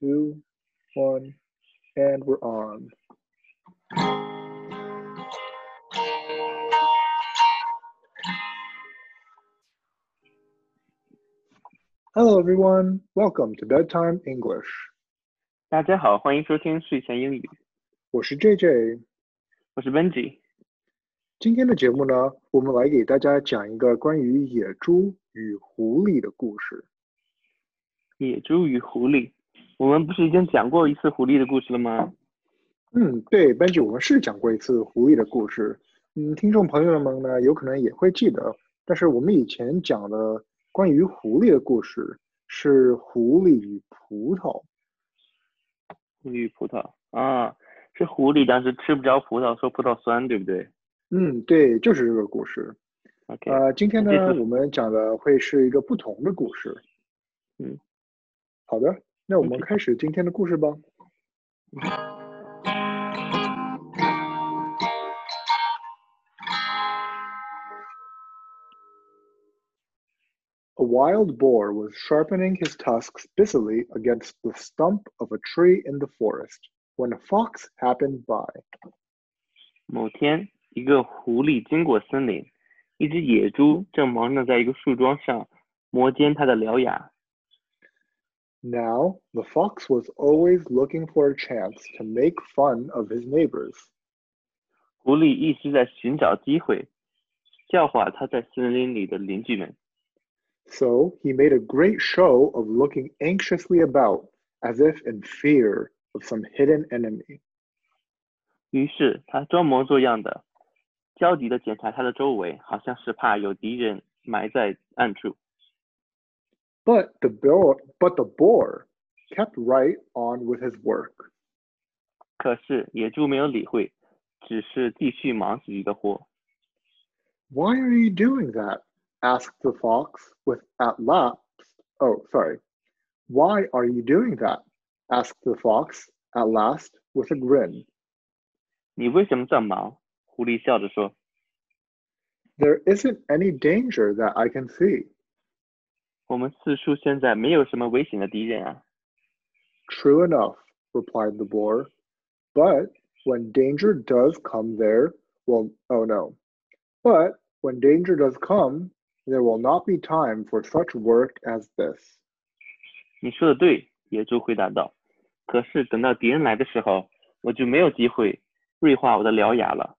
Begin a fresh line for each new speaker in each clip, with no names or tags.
two, one, and we're on. Hello, everyone. Welcome to Bedtime English.
大家好，欢迎收听睡前英语，
我是 JJ。
我是 Benji。
今天的节目呢，我们来给大家讲一个关于野猪与狐狸的故事。
野猪与狐狸，我们不是已经讲过一次狐狸的故事了吗？
嗯，对，Benji，我们是讲过一次狐狸的故事。嗯，听众朋友们呢，有可能也会记得，但是我们以前讲的关于狐狸的故事是狐狸与葡萄。
狐狸与葡萄啊，是狐狸当时吃不着葡萄，说葡萄酸，对不对
嗯，对，就是这个故事。
？OK，、
呃，今天呢
这，次
我们讲的会是一个不同的故事。
嗯，
好的，那我们
OK
开始今天的故事吧。A wild boar was sharpening his tusks busily against the stump of a tree in the forest when a fox happened by.
某天，一个狐狸经过森林，一只野猪正忙着在一个树桩上磨尖它的獠牙。
Now, the fox was always looking for a chance to make fun of his neighbors.
狐狸一直在寻找机会，笑话它在森林里的邻居们。
So he made a great show of looking anxiously about, as if in fear of some hidden enemy.
于是他装模作样的焦急地检查他的周围，好像是怕有敌人埋在暗处。
But the boar, but the boar kept right on with his work.
可是野猪没有理会，只是继续忙自己的活。
Why are you doing that? asked the fox with at last. Oh, sorry. Why are you doing that? asked the fox at last with a grin.
你为什么这么忙？狐狸笑着说
There isn't any danger that I can see.：“
我们四处现在没有什么危险的敌人啊。
True enough, replied the boar. But when danger does come there, well, oh no. But when danger does come, there will not be time for such work as this. ”
你说的对，野猪回答道。可是等到敌人来的时候，我就没有机会锐化我的獠牙了。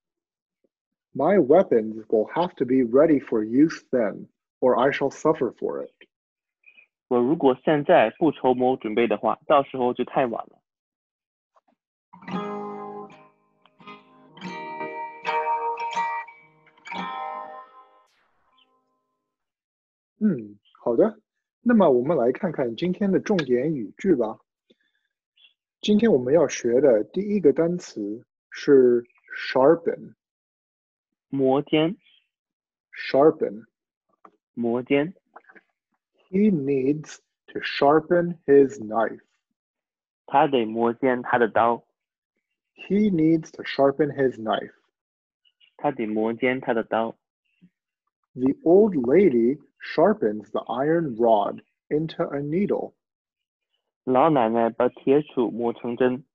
My weapons will have to be ready for use then, or I shall suffer for it.
我如果现在不筹谋准备的话，到时候就太晚了。
嗯，好的。那么我们来看看今天的重点语句吧。今天我们要学的第一个单词是 sharpen，sharpen
磨尖，
sharpen。
磨尖。
He needs to sharpen his knife.
他得磨尖他的刀，
He needs to sharpen his knife.
他得磨尖他的刀。
The old lady sharpens the iron rod into a needle.
老奶奶把铁杵磨成针，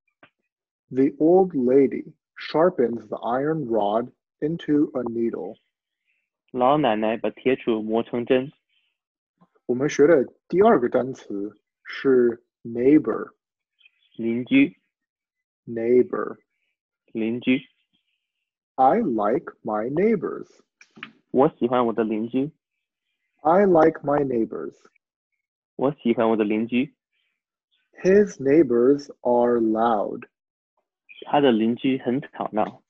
The old lady sharpens the iron rod into a needle.
老奶奶把铁杵磨成针。
我们学的第二个单词是 neighbor
邻居，
neighbor.
邻居，
I like my neighbors.
我喜欢我的邻居，
I like my neighbors.
我喜欢我的邻居。
His neighbors are loud.
他的邻居很吵闹。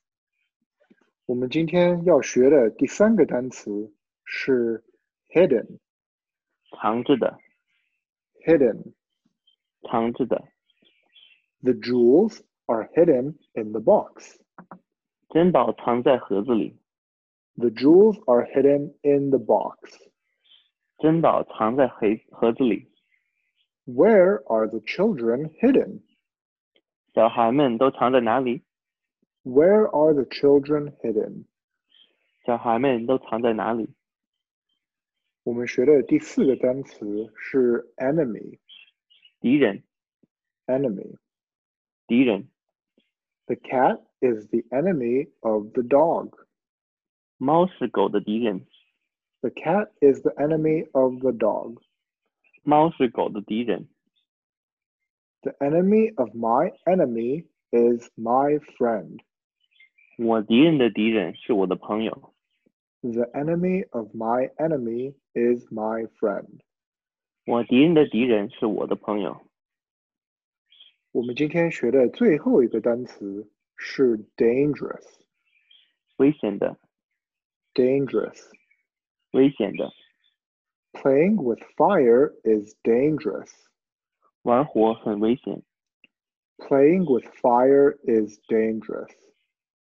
我们今天要学的第三个单词是 hidden
藏着的，
hidden。
藏着的，
The jewels are hidden in the box.
珍宝藏在盒子里，
The jewels are hidden in the box.
珍宝藏在盒盒子里。
Where are the children hidden?
小孩们都藏在哪里？
Where are the children hidden?
小孩们都藏在哪里？
我们学的第四个单词是 enemy
敌人，
enemy.
敌人。
The cat is the enemy of the dog.
猫是狗的敌人，
The cat is the enemy of the dog.
猫是狗的敌人，
The enemy of my enemy is my friend.
我敌人的敌人是我的朋友，
The enemy of my enemy is my friend.
我敌人的敌人是我的朋友。
我们今天学的最后一个单词是 dangerous。
危险的，
Dangerous.
危险的，
Playing with fire is dangerous.
玩火很危险，
Playing with fire is dangerous.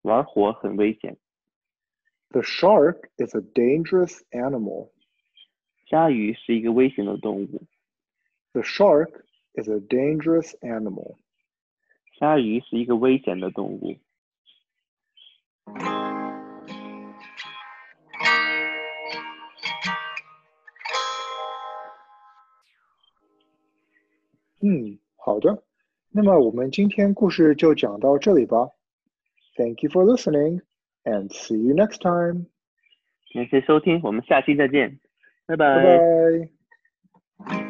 玩火很危险。
The shark is a dangerous animal.
鲨鱼是一个危险的动物，
The shark is a dangerous animal.
鲨鱼是一个危险的动物。
嗯，好的。那么我们今天故事就讲到这里吧。Thank you for listening, and see you next time.
感谢收听，我们下期再见，拜
拜拜。